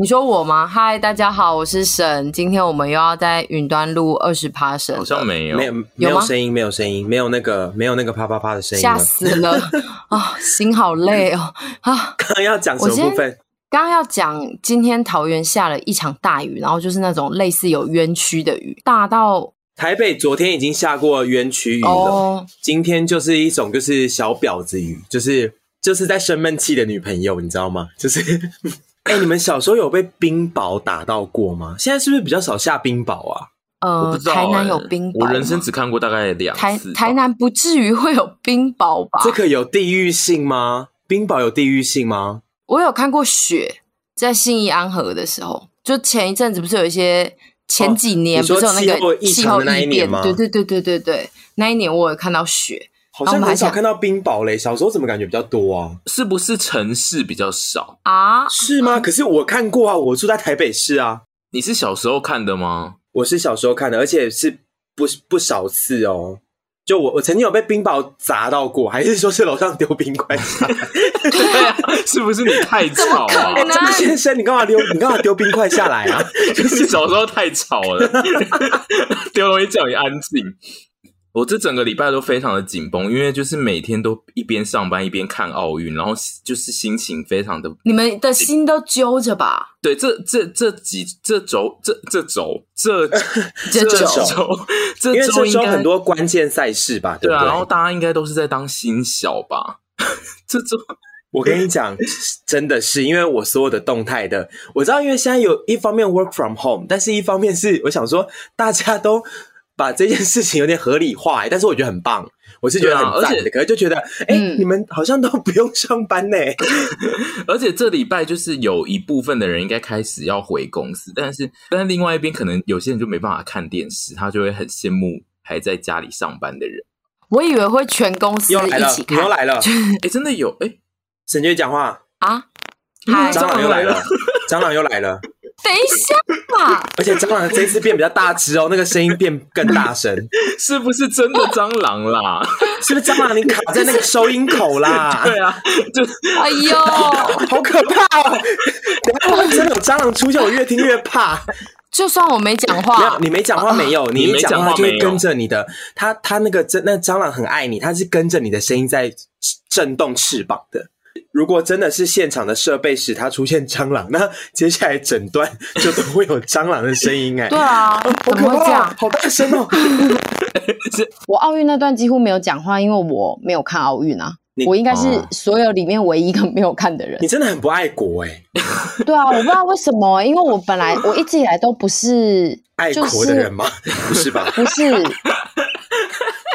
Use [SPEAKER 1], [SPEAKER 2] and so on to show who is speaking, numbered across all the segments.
[SPEAKER 1] 你说我吗？嗨，大家好，我是沈，今天我们又要在云端录二十趴神了，
[SPEAKER 2] 好像呃没有，
[SPEAKER 3] 没有没
[SPEAKER 1] 有
[SPEAKER 3] 有
[SPEAKER 1] 吗
[SPEAKER 3] 声音，没有声音，没有那个没有那个啪啪啪的声音
[SPEAKER 1] 吓
[SPEAKER 3] 了。
[SPEAKER 1] 死了 啊、心好累哦啊！
[SPEAKER 3] 刚刚要讲什
[SPEAKER 1] 我
[SPEAKER 3] 么
[SPEAKER 1] 今
[SPEAKER 3] 部
[SPEAKER 1] 天
[SPEAKER 3] 分？
[SPEAKER 1] 刚刚要讲，今天桃园下了一场大雨，然后就是那种类似有冤屈的雨，大到
[SPEAKER 3] 台北昨天已经下过冤屈雨了，
[SPEAKER 1] 哦，
[SPEAKER 3] 今天就是一种就是小婊子雨，就是就是在生闷气的女朋友，你知道吗？就是， 哎、你们小时候有被冰雹打到过吗？现在是不是比较少下冰雹啊？
[SPEAKER 2] 我
[SPEAKER 1] 呃
[SPEAKER 2] 不知，道、
[SPEAKER 1] 台南
[SPEAKER 2] 欸
[SPEAKER 1] 有冰雹吗，
[SPEAKER 2] 我人生只看过大概两
[SPEAKER 1] 台
[SPEAKER 2] 次吧。
[SPEAKER 1] 台南不至于会有冰雹吧？
[SPEAKER 3] 这个有地域性吗？冰雹有地域性吗？
[SPEAKER 1] 我有看过雪，在信义安和的时候，就前一阵子不是有一些前几年
[SPEAKER 3] 哦你
[SPEAKER 1] 不
[SPEAKER 3] 说
[SPEAKER 1] 是有那
[SPEAKER 3] 气候
[SPEAKER 1] 个
[SPEAKER 3] 异
[SPEAKER 1] 气
[SPEAKER 3] 常
[SPEAKER 1] 候
[SPEAKER 3] 的那
[SPEAKER 1] 异
[SPEAKER 3] 一年
[SPEAKER 1] 变，
[SPEAKER 3] 吗
[SPEAKER 1] 对对对对对对，那一年我有看到雪，
[SPEAKER 3] 好
[SPEAKER 1] 然后我
[SPEAKER 3] 像
[SPEAKER 1] 们还
[SPEAKER 3] 很少
[SPEAKER 1] 想
[SPEAKER 3] 看到冰雹嘞，小时候怎么感觉比较多啊？
[SPEAKER 2] 是不是城市比较少？
[SPEAKER 1] 啊，
[SPEAKER 3] 是吗？可是我看过啊，我住在台北市啊，
[SPEAKER 2] 你是小时候看的吗？
[SPEAKER 3] 我是小时候看的，而且是不不少次哦。就我我曾经有被冰雹砸到过，还是说是楼上丢冰块
[SPEAKER 2] 哦
[SPEAKER 3] 下来？
[SPEAKER 2] 对啊，是不是你太吵
[SPEAKER 1] 怎么
[SPEAKER 2] 啊
[SPEAKER 1] 可？能
[SPEAKER 3] 张先生，你干嘛丢？你干嘛丢冰块下来啊？
[SPEAKER 2] 就是小时候太吵了， 丢东西叫你安静。我这整个礼拜都非常的紧绷，因为就是每天都一边上班一边看奥运，然后就是心情非常的
[SPEAKER 1] 你们的心都揪着吧？
[SPEAKER 2] 对。这这这几这周这这周 这
[SPEAKER 1] 这周
[SPEAKER 2] 周 这
[SPEAKER 3] 因为
[SPEAKER 2] 周
[SPEAKER 3] 这
[SPEAKER 2] 应
[SPEAKER 3] 周
[SPEAKER 2] 该
[SPEAKER 3] 很多关键赛事吧，
[SPEAKER 2] 对
[SPEAKER 3] 不
[SPEAKER 2] 啊，
[SPEAKER 3] 对
[SPEAKER 2] 然后？大家应该都是在当新小吧？ 这周
[SPEAKER 3] 我跟你讲，真的是因为我所有的动态的，我知道，因为现在有一方面 work from home，但是一方面是我想说，大家都把这件事情有点合理化、欸但是我觉得很棒，我是觉得
[SPEAKER 2] 对啊
[SPEAKER 3] 很赞
[SPEAKER 2] 而且
[SPEAKER 3] 的。可是就觉得，哎、
[SPEAKER 1] 嗯
[SPEAKER 3] 你们好像都不用上 班呢、
[SPEAKER 2] 而且这礼拜就是有一部分的人应该开始要回公司，但是但另外一边可能有些人就没办法看电视，他就会很羡慕还在家里上班的人。
[SPEAKER 1] 我以为会全公司
[SPEAKER 3] 又来
[SPEAKER 1] 一
[SPEAKER 3] 了
[SPEAKER 1] 起，
[SPEAKER 3] 你
[SPEAKER 1] 看
[SPEAKER 3] 又来了，
[SPEAKER 2] 哎，真的有哎，诶
[SPEAKER 3] 沈娟讲话，
[SPEAKER 1] 啊！
[SPEAKER 2] 嗯
[SPEAKER 1] 嗨，
[SPEAKER 3] 蟑
[SPEAKER 2] 张
[SPEAKER 3] 螂又来了， 蟑螂又来了，
[SPEAKER 1] 等一下吧，
[SPEAKER 3] 而且蟑螂这次变比较大只哦，那个声音变更 大声。
[SPEAKER 2] 是不是真的蟑螂啦？
[SPEAKER 3] 是不是蟑螂你卡在那个收音口啦？
[SPEAKER 2] 对啊，就
[SPEAKER 1] 哎呦，
[SPEAKER 3] 好可怕哦！ 等一下万一真的有蟑螂出现，我越听越 怕。
[SPEAKER 1] 就算我没讲
[SPEAKER 3] 没有，
[SPEAKER 1] 话，
[SPEAKER 3] 你没讲话没有，
[SPEAKER 2] 啊你
[SPEAKER 3] 一
[SPEAKER 2] 没
[SPEAKER 3] 讲
[SPEAKER 2] 讲话
[SPEAKER 3] 就
[SPEAKER 2] 没
[SPEAKER 3] 会
[SPEAKER 2] 有
[SPEAKER 3] 跟着你的。它它那个真那蟑螂很爱你，它是跟着你的声音在震动翅膀的。如果真的是现场的设备使它出现蟑螂，那接下来整段就都会有蟑螂的声音哎、
[SPEAKER 1] 对啊，
[SPEAKER 3] 好
[SPEAKER 1] 怎
[SPEAKER 3] 可
[SPEAKER 1] 么会这
[SPEAKER 3] 怕
[SPEAKER 1] 样
[SPEAKER 3] 哦！？好大声哦！
[SPEAKER 1] 我奥运那段几乎没有讲话，因为我没有看奥运啊
[SPEAKER 3] 你。
[SPEAKER 1] 我应该是
[SPEAKER 2] 哦
[SPEAKER 1] 所有里面唯一一个没有看的人
[SPEAKER 3] 你。真的很不爱国哎、
[SPEAKER 1] 对啊，我不知道为什么，因为我本来我一直以来都不是
[SPEAKER 3] 爱
[SPEAKER 1] 就
[SPEAKER 3] 国的
[SPEAKER 1] 是
[SPEAKER 3] 人吗？不是 吧？
[SPEAKER 1] 不是，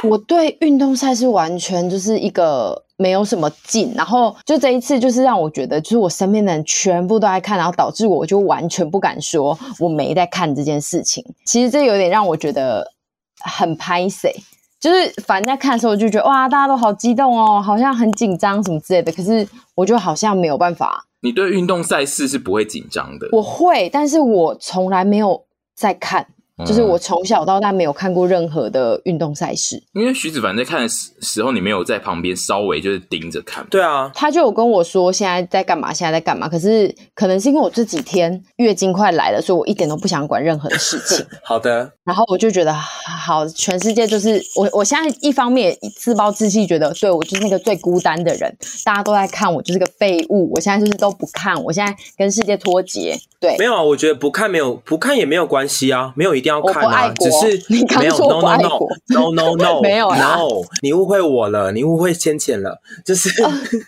[SPEAKER 1] 我对运动赛事完全就是一个没有什么劲。然后就这一次，就是让我觉得，就是我身边的人全部都在看，然后导致我就完全不敢说我没在看这件事情。其实这有点让我觉得很拍谁。就是反正在看的时候，我就觉得哇，大家都好激动哦，好像很紧张什么之类的。可是我就好像没有办法，
[SPEAKER 2] 你对运动赛事是不会紧张的，
[SPEAKER 1] 我会，但是我从来没有在看，就是我
[SPEAKER 2] 嗯
[SPEAKER 1] 从小到大没有看过任何的运动赛事。
[SPEAKER 2] 因为徐子凡在看的时时候，你没有在旁边稍微就是盯着看，
[SPEAKER 3] 对啊，
[SPEAKER 1] 他就有跟我说现在在干嘛，现在在干嘛。可是可能是因为我这几天月经快来了，所以我一点都不想管任何的事情。
[SPEAKER 3] 好的，
[SPEAKER 1] 然后我就觉得好，全世界就是我，我现在一方面也自暴自弃，觉得对我就是那个最孤单的人，大家都在看我，就是个废物。我现在就是都不看，我现在跟世界脱节。对
[SPEAKER 3] 没，有啊，我觉得不看没有不看也没有关系啊，没有一定要看
[SPEAKER 1] 我不爱
[SPEAKER 3] 啊，
[SPEAKER 1] 国
[SPEAKER 3] 只是
[SPEAKER 1] 你刚
[SPEAKER 3] 没有
[SPEAKER 1] 说
[SPEAKER 3] no
[SPEAKER 1] 我不
[SPEAKER 3] no
[SPEAKER 1] 爱
[SPEAKER 3] no
[SPEAKER 1] 国
[SPEAKER 3] no no no
[SPEAKER 1] 没有啊啦
[SPEAKER 3] no，你误会我了，你误会浅浅了，就是
[SPEAKER 1] 哦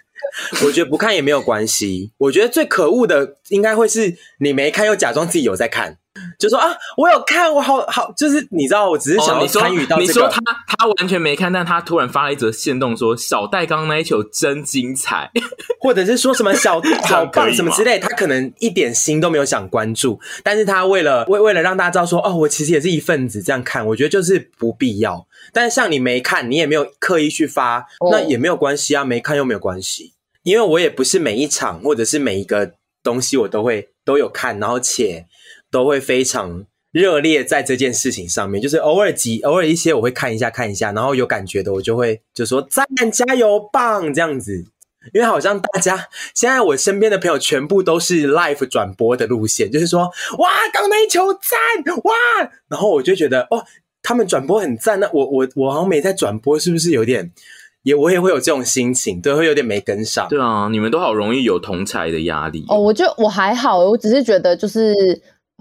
[SPEAKER 3] 我觉得不看也没有关系，我觉得最可恶的应该会是你没看又假装自己有在看。就说啊，我有看，我好好，就是你知道，我只是想
[SPEAKER 2] 哦，
[SPEAKER 3] 要
[SPEAKER 2] 你说
[SPEAKER 3] 参与到
[SPEAKER 2] 你
[SPEAKER 3] 这个。
[SPEAKER 2] 说他他完全没看，但他突然发了一则线动说小戴刚刚那一球真精彩，
[SPEAKER 3] 或者是说什么小好
[SPEAKER 2] 样可以
[SPEAKER 3] 棒
[SPEAKER 2] 吗
[SPEAKER 3] 什么之类，他可能一点心都没有想关注，但是他为了为为了让大家知道说，哦，我其实也是一份子，这样看，我觉得就是不必要。但是像你没看，你也没有刻意去发
[SPEAKER 1] 哦，
[SPEAKER 3] 那也没有关系啊，没看又没有关系，因为我也不是每一场或者是每一个东西我都会都有看，然后且都会非常。热烈在这件事情上面，就是偶尔几偶尔一些我会看一下看一下，然后有感觉的我就会就说赞加油棒这样子，因为好像大家现在我身边的朋友全部都是 live 转播的路线，就是说哇，刚那一球赞哇，然后我就觉得哦，他们转播很赞，那我我我好像没在转播，是不是有点也我也会有这种心情，对，会有点没跟上。
[SPEAKER 2] 对啊，你们都好容易有同才的压力
[SPEAKER 1] 哦，我就我还好，我只是觉得就是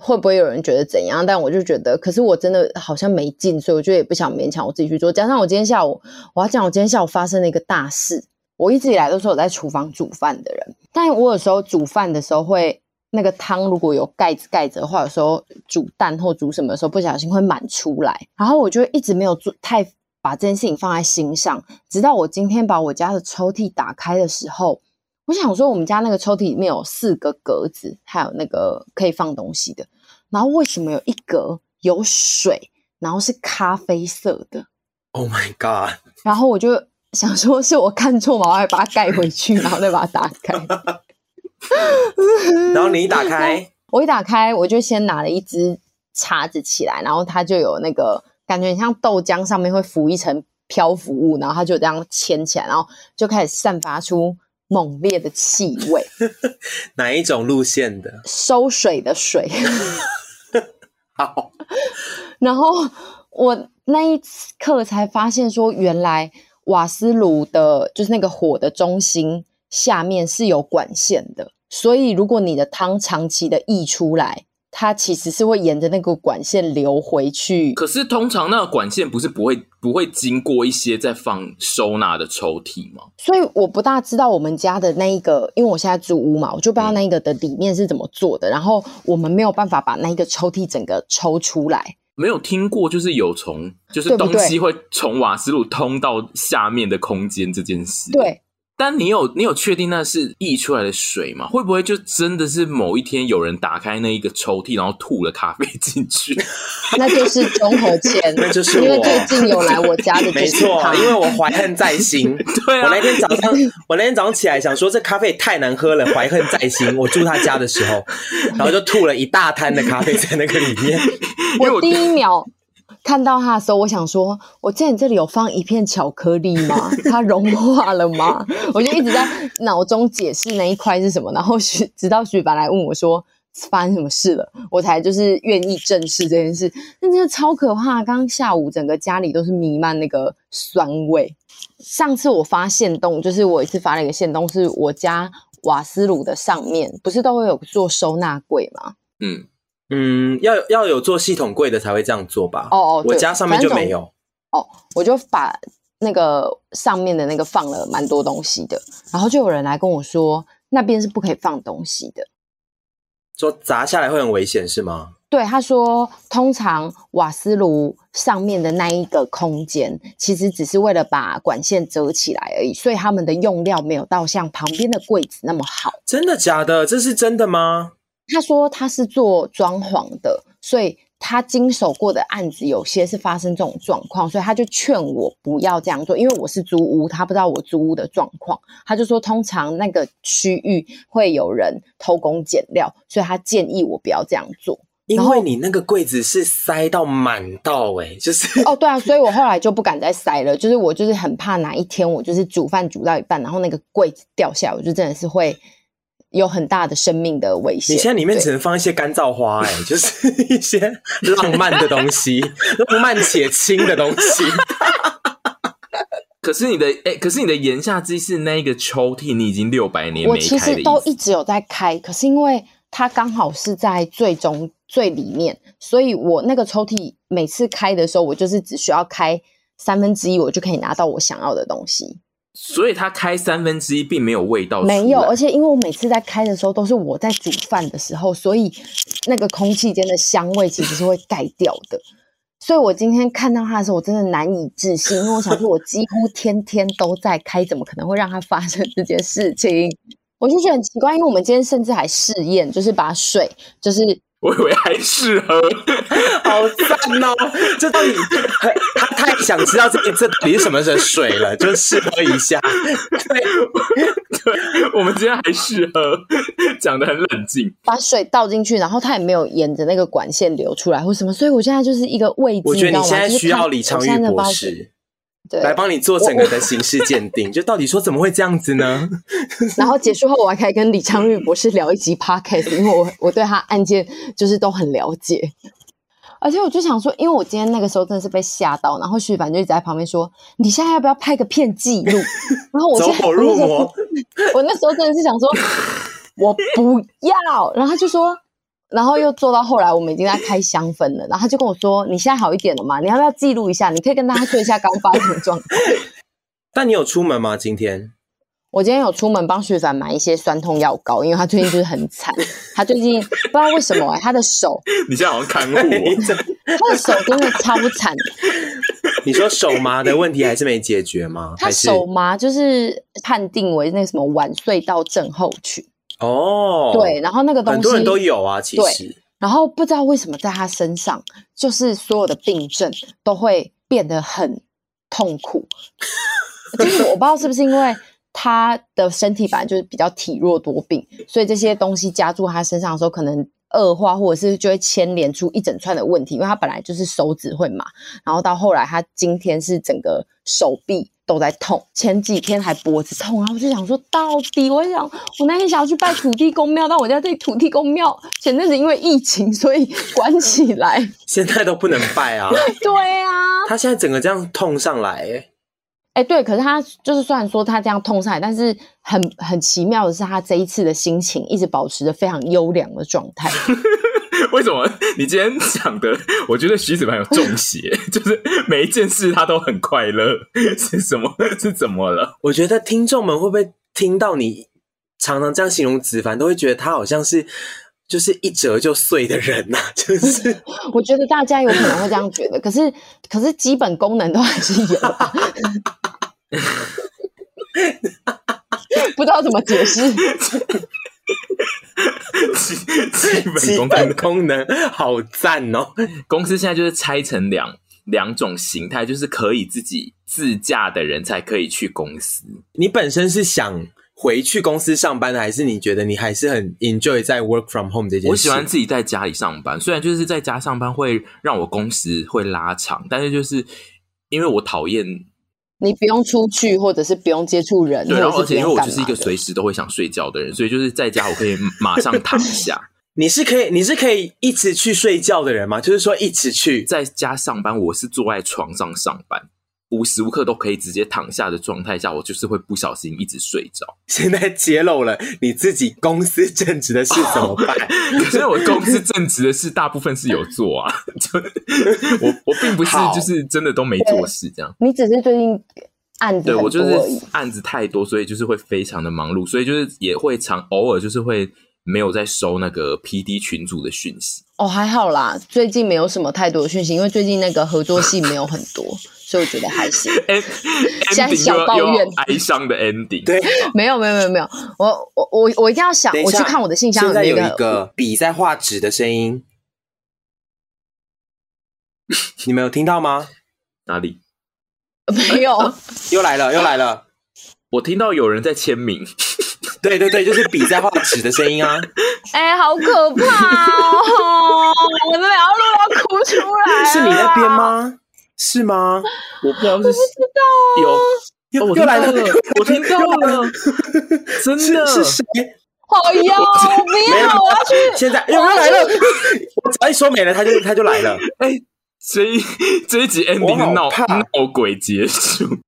[SPEAKER 1] 会不会有人觉得怎样，但我就觉得，可是我真的好像没劲，所以我就也不想勉强我自己去做。加上我今天下午，我要讲我今天下午发生了一个大事。我一直以来都是我在厨房煮饭的人，但我有时候煮饭的时候会那个汤如果有盖子盖着的话，有时候煮蛋或煮什么的时候不小心会满出来，然后我就一直没有做太把这件事情放在心上，直到我今天把我家的抽屉打开的时候，我想说我们家那个抽屉里面有四个格子，还有那个可以放东西的，然后为什么有一格有水，然后是咖啡色的，
[SPEAKER 3] Oh my god！
[SPEAKER 1] 然后我就。想说是我看错嘛，我还把它盖回去，然后再把它打开。
[SPEAKER 3] 然后你一打开，
[SPEAKER 1] 我一打开，我就先拿了一支叉子起来，然后它就有那个感觉很像豆浆上面会浮一层漂浮物，然后它就这样牵起来，然后就开始散发出猛烈的气味，
[SPEAKER 3] 哪一种路线的？
[SPEAKER 1] 收水的水。
[SPEAKER 3] 好，
[SPEAKER 1] 然后我那一刻才发现，说原来。瓦斯炉的，就是那个火的中心下面是有管线的，所以如果你的汤长期的溢出来，它其实是会沿着那个管线流回去。
[SPEAKER 2] 可是通常那个管线不是不会不会经过一些在放收纳的抽屉吗？
[SPEAKER 1] 所以我不大知道我们家的那一个，因为我现在住屋嘛，我就不知道那一个的里面是怎么做的。然后我们没有办法把那一个抽屉整个抽出来。
[SPEAKER 2] 没有听过，就是有从就是
[SPEAKER 1] 对不
[SPEAKER 2] 东
[SPEAKER 1] 对
[SPEAKER 2] 西会从瓦斯炉通到下面的空间这件事。，
[SPEAKER 1] 对，
[SPEAKER 2] 但你有你有确定那是溢出来的水吗？会不会就真的是某一天有人打开那一个抽屉，然后吐了咖啡进去？
[SPEAKER 1] 那就是中和签，
[SPEAKER 3] 那就是
[SPEAKER 1] 因为
[SPEAKER 3] 我
[SPEAKER 1] 最近有来我家的就
[SPEAKER 3] 没
[SPEAKER 1] 是
[SPEAKER 3] 错啊
[SPEAKER 1] 他，，
[SPEAKER 3] 因为我怀恨在心。
[SPEAKER 2] 对
[SPEAKER 3] 我
[SPEAKER 2] 啊
[SPEAKER 3] 那，天早上，我那天早上起来想说这咖啡也太难喝了，怀恨在心。我住他家的时候，然后就吐了一大滩的咖啡在那个里面。
[SPEAKER 2] 因为我
[SPEAKER 1] 我第一秒看到它的时候，我想说，我见你这里有放一片巧克力 吗？它融化了吗？我就一直在脑中解释那一块是什么，然后许直到许凡来问我说。发生什么事了？我才就是愿意正视这件事，但真的超可怕。刚刚下午整个家里都是弥漫那个酸味。上次我发现洞，就是我一次发了一个线洞，是我家瓦斯炉的上面，不是都会有做收纳柜吗？
[SPEAKER 2] 嗯，
[SPEAKER 3] 嗯，要要有做系统柜的才会这样做吧？
[SPEAKER 1] 哦哦
[SPEAKER 3] 我
[SPEAKER 1] 对
[SPEAKER 3] 家上面就没有。
[SPEAKER 1] 哦，我就把那个上面的那个放了蛮多东西的，然后就有人来跟我说那边是不可以放东西的。
[SPEAKER 3] 说砸下来会很危险是吗？
[SPEAKER 1] 对，他说，通常瓦斯炉上面的那一个空间，其实只是为了把管线遮起来而已，所以他们的用料没有到像旁边的柜子那么好。
[SPEAKER 3] 真的假的？这是真的吗？
[SPEAKER 1] 他说他是做装潢的，所以他经手过的案子有些是发生这种状况，所以他就劝我不要这样做，因为我是租屋，他不知道我租屋的状况，他就说通常那个区域会有人偷工减料，所以他建议我不要这样做。
[SPEAKER 3] 因
[SPEAKER 1] 然后
[SPEAKER 3] 为你那个柜子是塞到满到哎、就是
[SPEAKER 1] 哦，对啊，所以我后来就不敢再塞了，就是我就是很怕哪一天我就是煮饭煮到一半，然后那个柜子掉下来，我就真的是会有很大的生命的危险。
[SPEAKER 3] 你现在里面
[SPEAKER 1] 对
[SPEAKER 3] 只能放一些干燥花、哎，就是一些 浪漫的东西，浪漫且轻的东西。
[SPEAKER 2] 可是你的哎、可是你的言下之意是那一个抽屉你已经六百年
[SPEAKER 1] 我
[SPEAKER 2] 没
[SPEAKER 1] 其
[SPEAKER 2] 开
[SPEAKER 1] 实
[SPEAKER 2] 的意
[SPEAKER 1] 都
[SPEAKER 2] 思。
[SPEAKER 1] 一直有在开，可是因为它刚好是在最中最里面，所以我那个抽屉每次开的时候，我就是只需要开三分之一，我就可以拿到我想要的东西。
[SPEAKER 2] 所以它开三分之一并没有味道出来，
[SPEAKER 1] 没
[SPEAKER 3] 啊
[SPEAKER 1] 有，而且因为我每次在开的时候都是我在煮饭的时候，所以那个空气间的香味其实是会盖掉的。 所以我今天看到它的时候，我真的难以置信，因为我想说，我几乎天天都在开，怎么可能会让它发生这件事情？ 我就觉得很奇怪，因为我们今天甚至还试验，就是把水，就是
[SPEAKER 2] 我以为还适合。
[SPEAKER 3] 好赞哦！这到底他太想知道这这到底是什么的水了，就试喝一 下。
[SPEAKER 2] 对，我们今天还适合， 讲的很冷静。
[SPEAKER 1] 把水倒进去，然后它也没有沿着那个管线流出来或什么，所以我现在就是一个未知，
[SPEAKER 3] 我觉得
[SPEAKER 1] 知道吗
[SPEAKER 3] 你现在
[SPEAKER 1] 就是
[SPEAKER 3] 需要
[SPEAKER 1] 看
[SPEAKER 3] 李
[SPEAKER 1] 我
[SPEAKER 3] 昌
[SPEAKER 1] 现
[SPEAKER 3] 钰
[SPEAKER 1] 在的
[SPEAKER 3] 博
[SPEAKER 1] 包
[SPEAKER 3] 士，
[SPEAKER 1] 对，
[SPEAKER 3] 来帮你做整个的形式鉴定，就到底说怎么会这样子呢？
[SPEAKER 1] 然后结束后，我还可以跟李昌钰博士聊一集 podcast，因为我我对他案件就是都很了解。而且我就想说，因为我今天那个时候真的是被吓到，然后徐凡就一直在旁边说：“你现在要不要拍个片记录？” 然后我
[SPEAKER 3] 走
[SPEAKER 1] 就
[SPEAKER 3] 火入魔，
[SPEAKER 1] 我那时候真的是想说，我不要。然后他就说，然后又做到后来，我们已经在开香氛了。然后他就跟我说：“你现在好一点了吗？你要不要记录一下？你可以跟大家说一下刚发生的状况。
[SPEAKER 3] 但你有出门吗？今天？”
[SPEAKER 1] 我今天有出门帮徐凡买一些酸痛药膏，因为他最近就是很惨， 他最近不知道为什么、欸、他的手，
[SPEAKER 2] 你现在好像看护哦 我，
[SPEAKER 1] 他的手真的超惨，
[SPEAKER 3] 你说手麻的问题还是没解决吗？
[SPEAKER 1] 他
[SPEAKER 3] 还是
[SPEAKER 1] 手麻就是判定为那个什么晚隧道症候群，
[SPEAKER 3] 哦，
[SPEAKER 1] 对，，然后那个东西
[SPEAKER 3] 很多人都有啊，其实
[SPEAKER 1] 然后不知道为什么在他身上，就是所有的病症都会变得很痛苦。就是我不知道是不是因为他的身体本来就是比较体弱多病，所以这些东西加注他身上的时候，可能恶化或者是就会牵连出一整串的问题。因为他本来就是手指会麻，然后到后来他今天是整个手臂。都在痛，前几天还脖子痛，然后我就想说，到底我想我那天想要去拜土地公庙，但我家这里土地公庙前阵子因为疫情，所以关起来。
[SPEAKER 3] 现在都不能拜啊。
[SPEAKER 1] 对啊，
[SPEAKER 3] 他现在整个这样痛上来、欸，
[SPEAKER 1] 哎、对，可是他就是虽然说他这样痛下来，但是很很奇妙的是，他这一次的心情一直保持着非常优良的状 态。
[SPEAKER 2] 为什么你今天讲的？我觉得徐子凡有中邪， 就是每一件事他都很快乐， 是什么？是怎么了？
[SPEAKER 3] 我觉得听众们会不会听到你常常这样形容子凡，都会觉得他好像是就是一折就碎的人呐、 就是
[SPEAKER 1] 我觉得大家有可能会这样觉得，可是可是基本功能都还是 有的，不知道怎么解释。
[SPEAKER 2] 基基本
[SPEAKER 3] 基
[SPEAKER 2] 功
[SPEAKER 3] 本
[SPEAKER 2] 跟
[SPEAKER 3] 功能好赞哦。
[SPEAKER 2] 公司现在就是拆成两两种形态，就是可以自己自驾的人才可以去公司。
[SPEAKER 3] 你本身是想回去公司上班的，还是你觉得你还是很 enjoy 在 work from home 这件事？
[SPEAKER 2] 我喜欢自己在家里上班，虽然就是在家上班会让我工时会拉长，但是就是因为我讨厌
[SPEAKER 1] 你不用出去，或者是不用接触人，
[SPEAKER 2] 对，
[SPEAKER 1] 或
[SPEAKER 2] 然
[SPEAKER 1] 者
[SPEAKER 2] 后
[SPEAKER 1] 是
[SPEAKER 2] 而
[SPEAKER 1] 不
[SPEAKER 2] 且因
[SPEAKER 1] 用
[SPEAKER 2] 为我
[SPEAKER 1] 干
[SPEAKER 2] 就
[SPEAKER 1] 嘛
[SPEAKER 2] 是一个
[SPEAKER 1] 的
[SPEAKER 2] 随时都会想睡觉的人，所以就是在家我可以马上 躺下。
[SPEAKER 3] 你是可以，你是可以一直去睡觉的人吗？就是说一直去，
[SPEAKER 2] 在家上班，我是坐在床上上班，无时无刻都可以直接躺下的状态下，我就是会不小心一直睡着。
[SPEAKER 3] 现在揭露了你自己公司正职的事怎么办？
[SPEAKER 2] 可是我公司正职的事，大部分是有做啊， 就我我并不是
[SPEAKER 3] 好
[SPEAKER 2] 就是真的都没做事这样。
[SPEAKER 1] 你只是最近案子
[SPEAKER 2] 对
[SPEAKER 1] 很
[SPEAKER 2] 我就
[SPEAKER 1] 多而已
[SPEAKER 2] 是案子太多，所以就是会非常的忙碌，所以就是也会常偶尔就是会没有在收那个 P D 群组的讯息。
[SPEAKER 1] 哦，还好啦，最近没有什么太多的讯息，因为最近那个合作戏没有很多，所以我觉得还 行。
[SPEAKER 2] 哎
[SPEAKER 1] 现在
[SPEAKER 2] ，ending
[SPEAKER 1] 小
[SPEAKER 2] 又
[SPEAKER 1] 抱
[SPEAKER 2] 要又
[SPEAKER 1] 怨
[SPEAKER 2] 要哀伤的 ending，
[SPEAKER 3] 对，
[SPEAKER 1] 没有，没有，没有，没有。我我我我一定要想
[SPEAKER 3] 等，一
[SPEAKER 1] 我
[SPEAKER 3] 下
[SPEAKER 1] 去看我的信箱
[SPEAKER 3] 现在
[SPEAKER 1] 没
[SPEAKER 3] 有一个笔在画纸的声音，你们有听到吗？
[SPEAKER 2] 哪里？
[SPEAKER 1] 没有，
[SPEAKER 3] 又来了，又来了。
[SPEAKER 2] 我听到有人在签名，
[SPEAKER 3] 对对对，就是笔在画纸的声音啊！
[SPEAKER 1] 哎、好可怕哦！我真的要录要哭出来了。
[SPEAKER 3] 是你那边？吗？是吗？
[SPEAKER 2] 我不知道是有，
[SPEAKER 3] 啊又
[SPEAKER 2] 哦我
[SPEAKER 3] 又
[SPEAKER 2] 听
[SPEAKER 3] 来
[SPEAKER 2] 到
[SPEAKER 3] 了，
[SPEAKER 2] 了，我听到了，真的
[SPEAKER 3] 是是谁？
[SPEAKER 1] 好哟，不
[SPEAKER 3] 没有
[SPEAKER 1] 要，啊我要去。
[SPEAKER 3] 现在又又来了！我只要一说没了，他就他就来了。
[SPEAKER 2] 哎、这一这一集 ending
[SPEAKER 3] 我好
[SPEAKER 2] 闹
[SPEAKER 3] 怕
[SPEAKER 2] 闹鬼结束，